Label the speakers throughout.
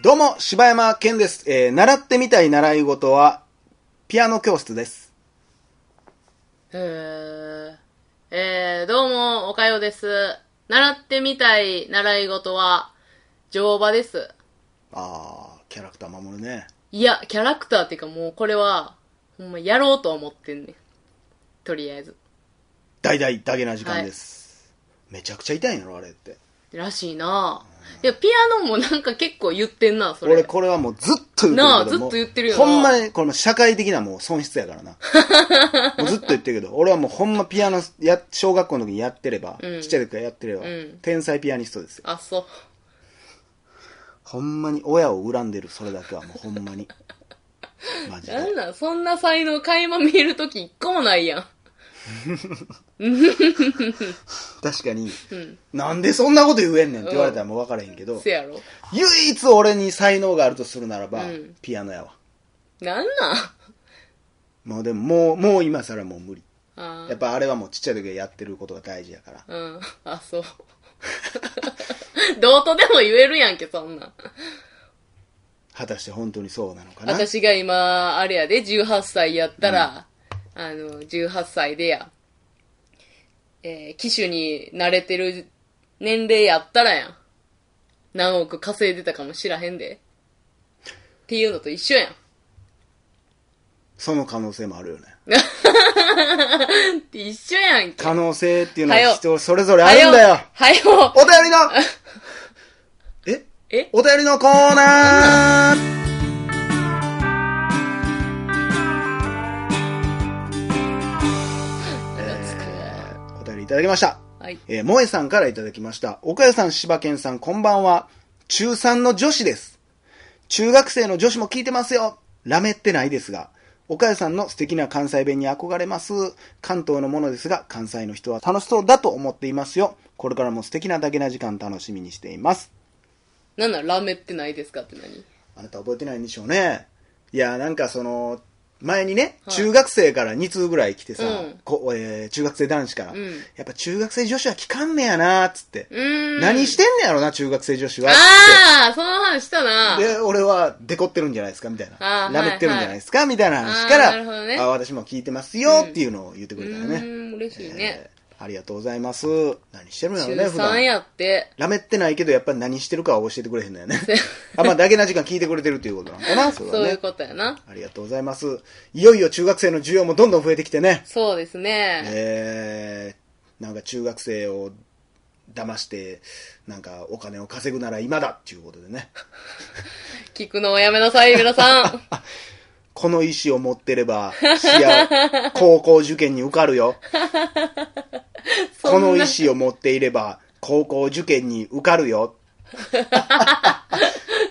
Speaker 1: どうも、柴山健です。えー、習ってみたい習い事は、ピアノ教室です。
Speaker 2: へーえー、どうも、おかようです。習ってみたい習い事は、乗馬です。
Speaker 1: あー、キャラクター守るね。
Speaker 2: いや、キャラクターっていうかもうこれは、ほんまやろうとは思ってんねん。とりあえず。
Speaker 1: 大々だけな時間です。めちゃくちゃ痛いんやろ、あれって。
Speaker 2: らしいなぁ。で、ピアノもなんか結構言ってんな、それ。
Speaker 1: 俺これはもうずっと言ってるけど
Speaker 2: なあ
Speaker 1: もう
Speaker 2: ずっと言ってるよな
Speaker 1: ほんまにこれも社会的なもう損失やから なもうずっと言ってるけど俺はもうほんまピアノや小学校の時にやってれば、
Speaker 2: うん
Speaker 1: ちっちゃい時からやってれば、
Speaker 2: うん
Speaker 1: 天才ピアニストですよ
Speaker 2: あ、そう。
Speaker 1: ほんまに親を恨んでるそれだけはもうほん まにマジで
Speaker 2: なんなん、そんな才能垣間見えるとき一個もないやん。
Speaker 1: 確かに、
Speaker 2: ん
Speaker 1: なんでそんなこと言えんねんって言われたらもう分からへんけど、
Speaker 2: せやろ。
Speaker 1: 唯一俺に才能があるとするならば、
Speaker 2: うん
Speaker 1: ピアノやわ
Speaker 2: なんなん
Speaker 1: もうでももうもう今更もう無理
Speaker 2: あ
Speaker 1: やっぱあれはもうちっちゃい時からやってることが大事やから
Speaker 2: ーうん。あ、そう。 どうとでも言えるやんけ、そんなん。
Speaker 1: 果たして本当にそうなのかな
Speaker 2: 私が今、あれやで、18歳やったら、あの、18歳でや、えー機種に慣れてる年齢やったらやん。何億稼いでたかもしらへんで。っていうのと一緒やん。
Speaker 1: その可能性もあるよね。
Speaker 2: って一緒やんけ。
Speaker 1: 可能性っていうのは
Speaker 2: はよ
Speaker 1: 人それぞれあるんだよ。
Speaker 2: はよはよ
Speaker 1: お便り のえ
Speaker 2: え
Speaker 1: お便りのコーナーえーお便りいただきました。
Speaker 2: はい。
Speaker 1: えー、萌えさんからいただきました。岡谷さん、柴犬さん、こんばんは。中3の女子です。中学生の女子も聞いてますよ。ラメってないですが。岡谷さんの素敵な関西弁に憧れます。関東のものですが、関西の人は楽しそうだと思っていますよ。これからも素敵なだけな時間楽しみにしています。
Speaker 2: なんなん、ラメってないですかって何
Speaker 1: あなた覚えてないんでしょうね。いや、なんかその、前にね、
Speaker 2: はい
Speaker 1: 中学生から2通ぐらい来てさ、
Speaker 2: うん
Speaker 1: こえー中学生男子から、
Speaker 2: うん
Speaker 1: やっぱ中学生女子は聞かんねやなーっつって、
Speaker 2: うーん。
Speaker 1: 何してんねやろな、中学生女子は。
Speaker 2: ああその話したな
Speaker 1: で、俺は、デコってるんじゃないですかみたいな。
Speaker 2: あー
Speaker 1: ラメってるんじゃないですか、みたいな話か
Speaker 2: あーなるほどね
Speaker 1: ら、あ私も聞いてますよっていうのを言ってく
Speaker 2: う
Speaker 1: れたらね。
Speaker 2: ーん、嬉しいね。
Speaker 1: えーありがとうございます。何してるんだろうね、
Speaker 2: 中
Speaker 1: 普
Speaker 2: 3
Speaker 1: 段。
Speaker 2: やって。
Speaker 1: ラメってないけど、やっぱり何してるかは教えてくれへんのよ ね。あ、まあ、だけな時間聞いてくれてるということなのかな、それは
Speaker 2: そういう
Speaker 1: ね。
Speaker 2: ことやな。
Speaker 1: ありがとうございます。いよいよ中学生の需要もどんどん増えてきてね。
Speaker 2: そうですね。
Speaker 1: えー、なんか中学生を騙して、なんかお金を稼ぐなら今だっていうことでね。
Speaker 2: 聞くのをやめなさい、皆さん。
Speaker 1: この意思を持ってれば、幸高校受験に受かる よ。 この意思を持っていれば、高校受験に受かるよ。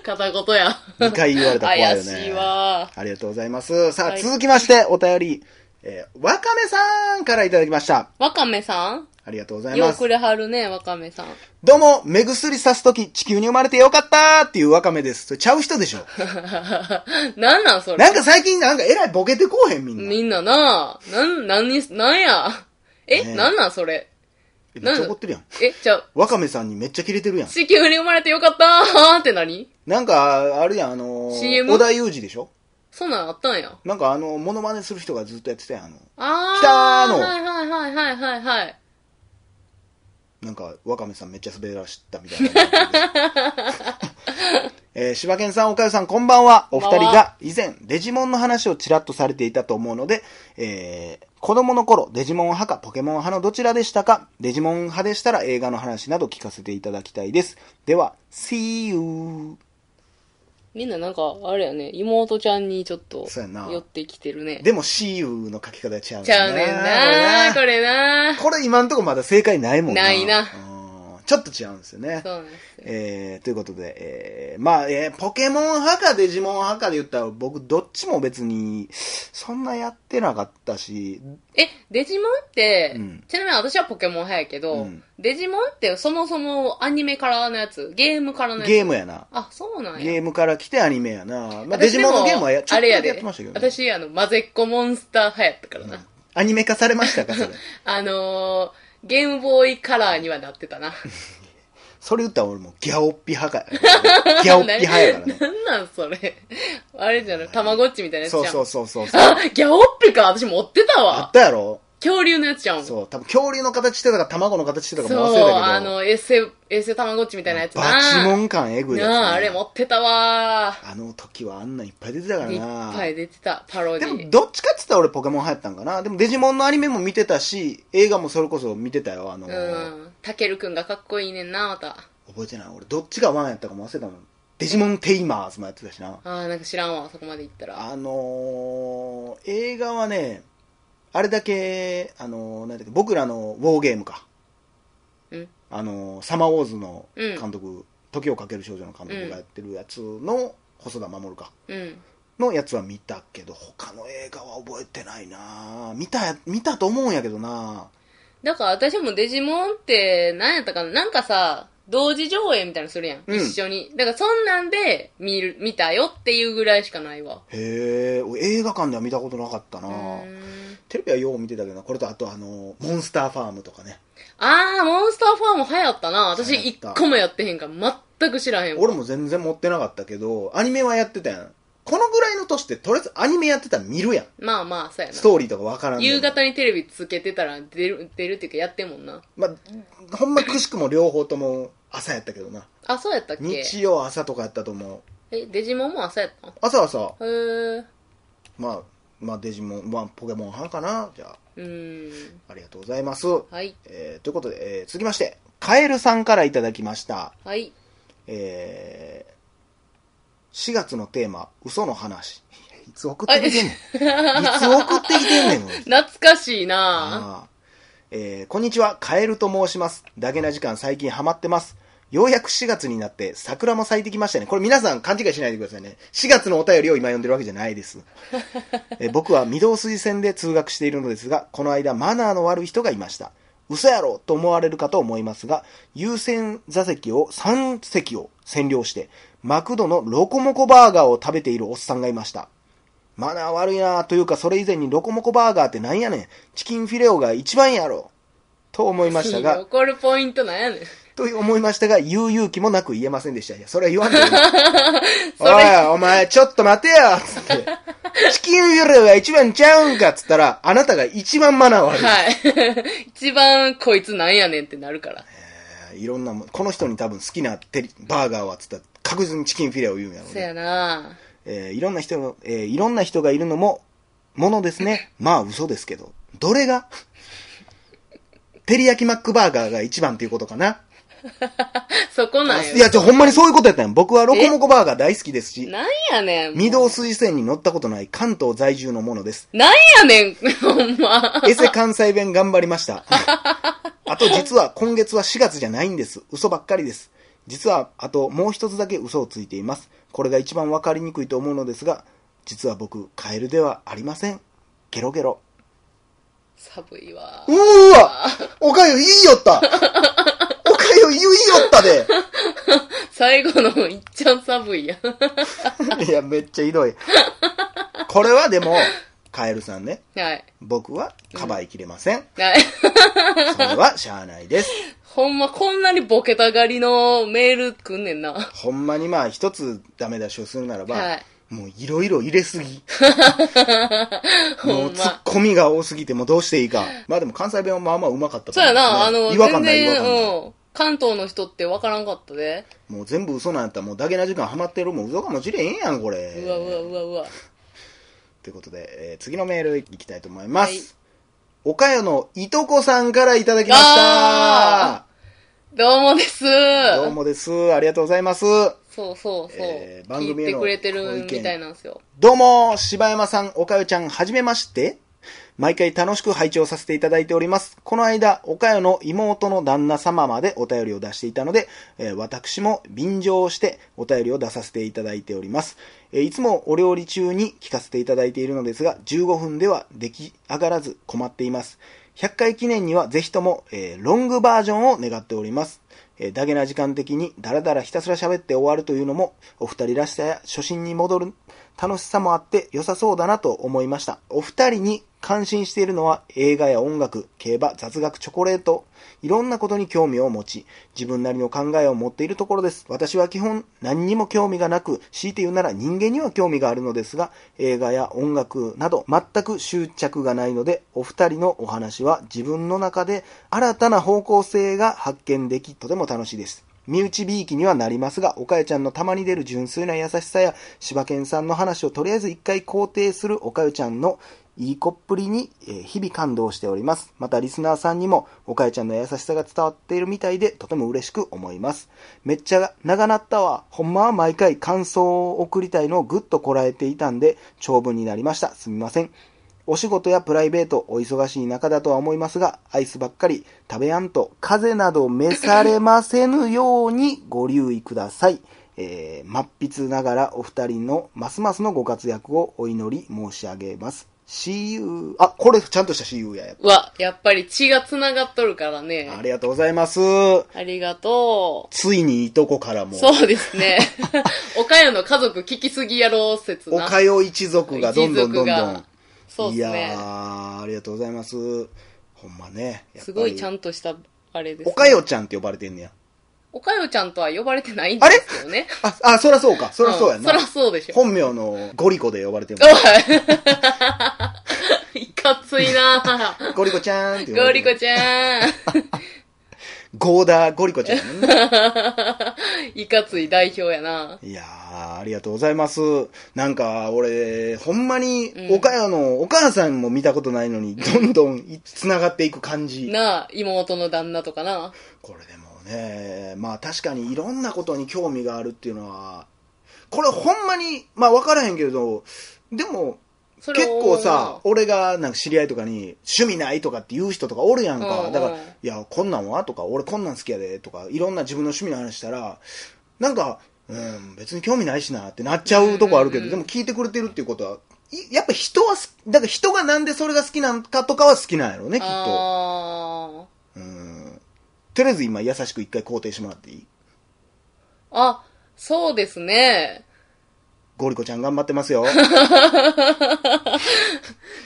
Speaker 2: 片言や。
Speaker 1: 2回言われたら怖いよね。
Speaker 2: 怪しいわ
Speaker 1: ありがとうございます。さあ、
Speaker 2: はい
Speaker 1: 続きまして、お便り、えーわかめさんからいただきました。
Speaker 2: わかめさ
Speaker 1: ありがとうござ
Speaker 2: ん
Speaker 1: い
Speaker 2: よ
Speaker 1: ま
Speaker 2: う
Speaker 1: す
Speaker 2: く。れはるね、わかめさん。
Speaker 1: どうも、目薬さすとき、地球に生まれてよかったっていうわかめです。それちゃう人でしょ。
Speaker 2: なんなんそれ。
Speaker 1: なんか最近なんかえらいボケてこうへん、みんな。
Speaker 2: みんななあなん、なんに、なんや。え、
Speaker 1: ねえ
Speaker 2: なんなんそれ。
Speaker 1: えめっちゃ怒ってるやん。
Speaker 2: え、じゃあ
Speaker 1: わかめさんにめっちゃキレてるやん。
Speaker 2: 地球に生まれてよかったーって何
Speaker 1: なんか、あるやん、あのー
Speaker 2: CM
Speaker 1: 織田裕二でしょ
Speaker 2: そんなんあったんや。
Speaker 1: なんかあの、モノマネする人がずっとやってたやん。あの、
Speaker 2: あー。
Speaker 1: 来たーの
Speaker 2: はいはいはいはいはいはい。
Speaker 1: なんか、ワカメさんめっちゃ滑らしたみたいな。 えー、柴犬さん、岡かさん、こんばんは。お二人
Speaker 2: こんばん
Speaker 1: が以前、デジモンの話をちらっとされていたと思うので、えー、子供の頃、デジモン派かポケモン派のどちらでしたかデジモン派でしたら映画の話など聞かせていただきたいです。では、See you!
Speaker 2: みんななんか、あれやね、妹ちゃんにちょっと、
Speaker 1: そうやな
Speaker 2: 寄ってきてるね。
Speaker 1: でも、See you の書き方は違う
Speaker 2: ちゃうねんなー、これなー。
Speaker 1: これ今んとこまだ正解ないもんな。
Speaker 2: ないな
Speaker 1: うんちょっと違うんですよね。
Speaker 2: そうなんですよ。
Speaker 1: えーということで、えーまあ、えーポケモン派かデジモン派かで言ったら、僕、どっちも別に、そんなやってなかったし、
Speaker 2: え、デジモンって、
Speaker 1: うん
Speaker 2: ちなみに私はポケモン派やけど、
Speaker 1: うん
Speaker 2: デジモンってそもそもアニメからのやつ、ゲームからのやつ。
Speaker 1: ゲームやな。
Speaker 2: あ、そうなんや。
Speaker 1: ゲームから来てアニメやな。まあ、デ
Speaker 2: 私
Speaker 1: ジ
Speaker 2: で
Speaker 1: モ
Speaker 2: も
Speaker 1: ンのゲームはやちょっと
Speaker 2: あれ
Speaker 1: だけ
Speaker 2: やで
Speaker 1: やってましたけどね、
Speaker 2: 私、あの、混ぜっこモンスター派やったからな。
Speaker 1: アニメ化さ れましたか、それ。
Speaker 2: あのー、ゲームボーイカラーにはなってたな。
Speaker 1: それ言ったら俺もうギャオッピ派 か、ギャオッピ派やからね。
Speaker 2: なんなんそれ。あれじゃない、たまごっちみたいなやつじ
Speaker 1: そ
Speaker 2: ゃ。
Speaker 1: うんそうそうそうそう。
Speaker 2: あ、ギャオッピか私持ってた
Speaker 1: あっ
Speaker 2: わ。
Speaker 1: たやろ
Speaker 2: 恐竜のやつじゃん。
Speaker 1: そう、多分恐竜の形してたか卵の形してたかもう忘れ
Speaker 2: そう
Speaker 1: た
Speaker 2: あ
Speaker 1: けど、
Speaker 2: の、衛星、衛星たまごっちみたいなやつな。
Speaker 1: バチモン感えぐいやつね、
Speaker 2: なあ、あれ持ってたわ
Speaker 1: あの時はあんなんいっぱい出てたから
Speaker 2: いっ
Speaker 1: な。
Speaker 2: ぱい出てた、パロデ
Speaker 1: でも
Speaker 2: ィ。
Speaker 1: どっちかっつったら俺ポケモン流行ったんかな。でもデジモンのアニメも見てたし、映画もそれこそ見てたよ。あの、
Speaker 2: うん。たけるくんがかっこいいねんな、また。
Speaker 1: 覚えてない。俺どっちがワンやったかも忘れたもん。デジモンテイマーズもやってたしな。
Speaker 2: ああ、なんか知らんわ、そこまで行ったら。
Speaker 1: あのー、映画はね、あれだけ、あのー、なんだっけ、僕らのウォーゲームか。
Speaker 2: うん
Speaker 1: あのー、サマーウォーズの
Speaker 2: うん
Speaker 1: 監督、時をかける少女の監督がやってるやつの、細田守か。
Speaker 2: うん。
Speaker 1: のやつは見たけど、他の映画は覚えてないな見たや、見たと思うんやけどな
Speaker 2: だから私もデジモンって、なんやったかななんかさ、同時上映みたいなのするやん。
Speaker 1: うん
Speaker 2: 一緒に。だからそんなんで見る、見たよっていうぐらいしかないわ。
Speaker 1: へえ、俺映画館では見たことなかった
Speaker 2: う
Speaker 1: な
Speaker 2: ーん
Speaker 1: テレビはよう見てたけどな、これとあとあの、モンスターファームとかね。
Speaker 2: あー、モンスターファーム流行ったな。私
Speaker 1: 流行っ
Speaker 2: 一
Speaker 1: た
Speaker 2: 個もやってへんから、全く知らへんわ。
Speaker 1: 俺も全然持ってなかったけど、アニメはやってたやん。このぐらいの年って、とりあえずアニメやってたら見るやん。
Speaker 2: まあまあ、そうやな
Speaker 1: ス。トーリーとかわからんでも
Speaker 2: 夕。方にテレビつけてたら出る、出るっていうかやってんもんな。
Speaker 1: まあ、ほんまくしくも両方とも朝やったけどな。
Speaker 2: あ、そうやったっけ
Speaker 1: 日曜朝とかやったと思う。
Speaker 2: え、デジモンも朝やったの
Speaker 1: 朝はさ、
Speaker 2: へー。
Speaker 1: まあ、まあデジモン、まあポケモン派かな。じゃあ、
Speaker 2: うーん。
Speaker 1: ありがとうございます。
Speaker 2: はい。
Speaker 1: えーということで、えー続きまして、カエルさんからいただきました。
Speaker 2: はい。
Speaker 1: えー、4月のテーマ、嘘の話。いつ送ってきてんねん。いつ送ってきてんねん。
Speaker 2: 懐かしいな
Speaker 1: ああえーこんにちは、カエルと申します。ダゲな時間最近ハマってます。ようやく4月になって桜も咲いてきましたね。これ皆さん勘違いしないでくださいね。4月のお便りを今読んでるわけじゃないです。 えー僕は御堂筋線で通学しているのですが、この間マナーの悪い人がいました。嘘やろと思われるかと思いますが、優先座席を3席を占領して、マクドのロコモコバーガーを食べているおっさんがいました。マナー悪いなというか、それ以前にロコモコバーガーってなんやねん。チキンフィレオが一番やろ。と思いましたが、
Speaker 2: 怒るポイントなんやねん。
Speaker 1: という思いましたが、言う勇気もなく言えませんでした。いや、それは言わん でいい。おい、お前、ちょっと待てよつって。チキンフィレオが一番ちゃうんかっつったら、あなたが一番マナー悪い。
Speaker 2: はい。 一番こいつなんやねんってなるから。
Speaker 1: えーいろんなもん、この人に多分好きなテリバーガーはっつったら、確実にチキンフィレオ言うんやろう
Speaker 2: そ
Speaker 1: ね。
Speaker 2: やな
Speaker 1: えーいろんな人の、えーいろんな人がいるのも、ものです ね。まあ嘘ですけど。どれが照り焼きマックバーガーが一番っていうことかな。
Speaker 2: そこなん
Speaker 1: いや、
Speaker 2: よ。
Speaker 1: ちょ、ほんまにそういうことやったんや僕はロコモコバーガー大好きですし、
Speaker 2: なんやねん。
Speaker 1: 御堂筋線に乗ったことない関東在住のものです。
Speaker 2: なんやねん、ほんま。
Speaker 1: エセ関西弁頑張りま した。あと実は今月は4月じゃないんです。嘘ばっかりです。実はあともう一つだけ嘘をついています。これが一番わかりにくいと思うのですが、実は僕、カエルではありません。ゲロゲロ。
Speaker 2: 寒いわ
Speaker 1: う。ーわ おかゆ言いよ ったおかゆ言いよったで
Speaker 2: 最後のいっちゃん寒いや ん。
Speaker 1: いや、めっちゃひどい。これはでも、カエルさんね、
Speaker 2: はい。
Speaker 1: 僕はかばいきれません。
Speaker 2: はい。
Speaker 1: それはしゃあないです。
Speaker 2: ほんまこんなにボケたがりのメールくんねんな。
Speaker 1: ほんまにまあ一つダメ出しをするならば、
Speaker 2: はい
Speaker 1: もういろいろ入れす ぎ。
Speaker 2: ほ
Speaker 1: もうんツッ
Speaker 2: ま。
Speaker 1: コミが多すぎてもうどうしていい か。まあでも関西弁はまあまあうまかったと
Speaker 2: そう
Speaker 1: 思ん
Speaker 2: や
Speaker 1: ですね
Speaker 2: な、あの、
Speaker 1: 違和感
Speaker 2: 全
Speaker 1: ない違和感ない
Speaker 2: 然、うん。関東の人ってわからんかったで。
Speaker 1: もう全部嘘なんやったらもうだけな時間ハマってるもう嘘かもしれへんやん、これ。
Speaker 2: うわうわうわうわ。
Speaker 1: ということで、えー次のメールいきたいと思います。
Speaker 2: はい
Speaker 1: 岡谷のいとこさんからいただきました
Speaker 2: あ。どうもです。
Speaker 1: どうもです。ありがとうございます。
Speaker 2: そうそうそう。
Speaker 1: えー番組へ
Speaker 2: 聞いて
Speaker 1: の
Speaker 2: くれて
Speaker 1: ご
Speaker 2: る
Speaker 1: 意見
Speaker 2: みたいなんですよ。
Speaker 1: どうも、柴山さん、岡谷ちゃん、はじめまして。毎回楽しく拝聴させていただいております。この間、岡谷の妹の旦那様までお便りを出していたので、えー私も便乗してお便りを出させていただいております。えーいつもお料理中に聞かせていただいているのですが、15分では出来上がらず困っています。100回記念にはぜひとも、えーロングバージョンを願っております。えーダゲな時間的にダラダラひたすら喋って終わるというのも、お二人らしさや初心に戻る楽しさもあって良さそうだなと思いました。お二人に感心しているのは映画や音楽、競馬、雑学、チョコレート、いろんなことに興味を持ち、自分なりの考えを持っているところです。私は基本何にも興味がなく、強いて言うなら人間には興味があるのですが、映画や音楽など全く執着がないので、お二人のお話は自分の中で新たな方向性が発見でき、とても楽しいです。身内びいきにはなりますが、岡かちゃんのたまに出る純粋な優しさや、柴犬さんの話をとりあえず一回肯定する岡かちゃんのいい子っぷりに、えー日々感動しております。またリスナーさんにも、岡かちゃんの優しさが伝わっているみたいで、とても嬉しく思います。めっちゃ長なったわ。ほんまは毎回感想を送りたいのをぐっとこらえていたんで、長文になりました。すみません。お仕事やプライベート、お忙しい中だとは思いますが、アイスばっかり食べやんと、風邪など召されませぬようにご留意ください。えー、抹筆ながらお二人のますますのご活躍をお祈り申し上げます。See you. あ、これちゃんとした See you や。やっ
Speaker 2: うわ、やっぱり血が繋がっとるからね
Speaker 1: ぱ。ありがとうございます。
Speaker 2: ありがと
Speaker 1: ついにいとこからも
Speaker 2: う。、そうで すね。岡谷の家族聞きすぎやろ説
Speaker 1: お
Speaker 2: な。
Speaker 1: かよ一族がどんどんどんど
Speaker 2: 一族が
Speaker 1: ん。
Speaker 2: そう
Speaker 1: い
Speaker 2: です
Speaker 1: や
Speaker 2: ね。
Speaker 1: ー、ありがとうございます。ほんまね。やっぱり
Speaker 2: すごいちゃんとした、あれです、
Speaker 1: おか。よちゃんって呼ばれてんねや。
Speaker 2: おかよちゃんとは呼ばれてないんですよね。
Speaker 1: あ、あ、そらそうか。そらそうやな。
Speaker 2: んそらそうでしょ。
Speaker 1: 本名のゴリコで呼ばれてる。
Speaker 2: おい いかつ いなぁ。
Speaker 1: ゴリコちゃんって呼ば
Speaker 2: ゴ
Speaker 1: れ
Speaker 2: リ
Speaker 1: て
Speaker 2: コ
Speaker 1: る。
Speaker 2: ちゃん。
Speaker 1: ゴーダーゴリコちゃんやもんね。
Speaker 2: いかつい代表やない
Speaker 1: やー、ありがとうございます。なんか、俺、ほんまに、
Speaker 2: ん
Speaker 1: 岡山の、お母さんも見たことないのに、どんどんい繋がっていく感じ。
Speaker 2: なあ妹の旦那とかな。
Speaker 1: これでもね、まあ確かにいろんなことに興味があるっていうのは、これほんまに、まあ分からへんけれど、でも、
Speaker 2: それ
Speaker 1: 結
Speaker 2: を
Speaker 1: 構さ、、俺がなんか知り合いとかに趣味ないとかって言う人とかおるやんか。
Speaker 2: うんうん
Speaker 1: だから、いや、こんなんはとか、俺こんなん好きやでとか、いろんな自分の趣味の話したら、なんか、うん、別に興味ないしなってなっちゃうとこあるけど、
Speaker 2: うんうん
Speaker 1: でも聞いてくれてるっていうことは、いやっぱ人はす、だから人がなんでそれが好きなんかとかは好きなんやろうね、きっと。
Speaker 2: あ
Speaker 1: うん。とりあえず今優しく一回肯定してもらっていい
Speaker 2: ーあ、そうですね。
Speaker 1: ゴリコちゃん頑張ってますよ。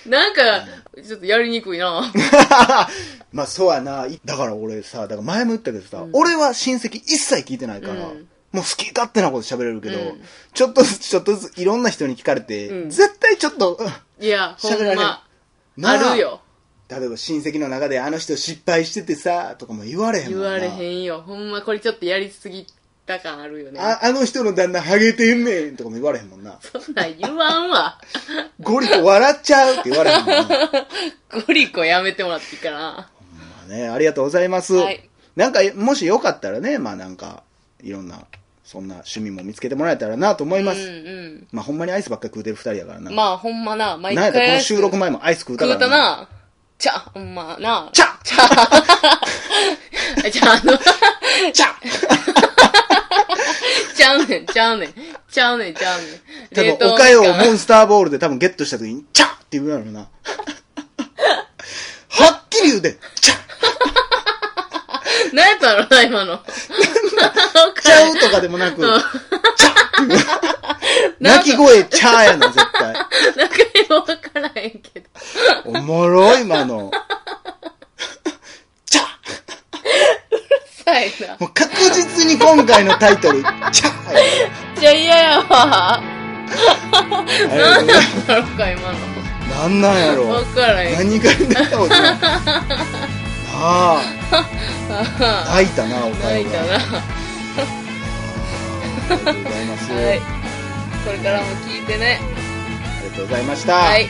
Speaker 2: なんか、ちょっとやりにく いな
Speaker 1: まあそうやな。いだから俺さ、だから前も言ったけどさ、俺は親戚一切聞いてないから、
Speaker 2: うん
Speaker 1: もう好き勝手なこと喋れるけど、
Speaker 2: うん
Speaker 1: ちょっとずつちょっとずついろんな人に聞かれて、
Speaker 2: うん
Speaker 1: 絶対ちょっと、うん
Speaker 2: いや、ほ
Speaker 1: 喋られる
Speaker 2: んま、
Speaker 1: な
Speaker 2: ある。よ。
Speaker 1: 例えば親戚の中であの人失敗しててさ、とかも言われへんも
Speaker 2: 言
Speaker 1: んな
Speaker 2: われへんよ。ほんま、これちょっとやりすぎた感あるよね。
Speaker 1: ああの人の旦那ハゲてんねんとかも言われへんもんな。
Speaker 2: そんなん言わんわ。
Speaker 1: ゴリコ笑っちゃうって言われへんもんな。
Speaker 2: ゴリコやめてもらっていいかな。
Speaker 1: まあね、ありがとうございます。
Speaker 2: はい
Speaker 1: なんか、もしよかったらね、まあなんか、いろんな、そんな趣味も見つけてもらえたらなと思います。
Speaker 2: うんうん。
Speaker 1: まあほんまにアイスばっかり食うてる二人やからな。
Speaker 2: まあ、ほんまな、毎
Speaker 1: なんや
Speaker 2: 回。
Speaker 1: ったらこの収録前もアイス食うた
Speaker 2: 食
Speaker 1: か
Speaker 2: う
Speaker 1: ら
Speaker 2: た
Speaker 1: な。
Speaker 2: な。ちゃ、ほんまな。
Speaker 1: ちゃ
Speaker 2: ちゃ。ちゃ、あの、
Speaker 1: ち ゃ
Speaker 2: ちゃうねん、ちゃうねん。ちゃうねん、ちゃうねん。
Speaker 1: 多
Speaker 2: 冷
Speaker 1: 分、
Speaker 2: 凍
Speaker 1: おかよをモ
Speaker 2: み
Speaker 1: ンスターボールで多分ゲットした時に、ちゃって言うやろ な。はっきり言うて、ちゃ
Speaker 2: かん何やったのな、今の。
Speaker 1: ちゃうとかでもなく、ちゃって いう。鳴き声ちゃーやな、絶対。
Speaker 2: なんかよくわからへんけど。
Speaker 1: おもろい、今 の。ちゃ
Speaker 2: さいな。めっ
Speaker 1: もう確実に今回のタイトル、チャーや
Speaker 2: ちゃ嫌や
Speaker 1: あ
Speaker 2: わ。
Speaker 1: りがとうござい
Speaker 2: なの
Speaker 1: ま
Speaker 2: か、今の。
Speaker 1: すなんなんやろ
Speaker 2: わからへん。
Speaker 1: 何が出たことない。 なあ、泣いたな、おか
Speaker 2: ない
Speaker 1: え
Speaker 2: ん
Speaker 1: り。
Speaker 2: だ
Speaker 1: あり
Speaker 2: な。
Speaker 1: がとうございます。
Speaker 2: はい。これからも聞いてね。
Speaker 1: ありがとうございました。
Speaker 2: はい。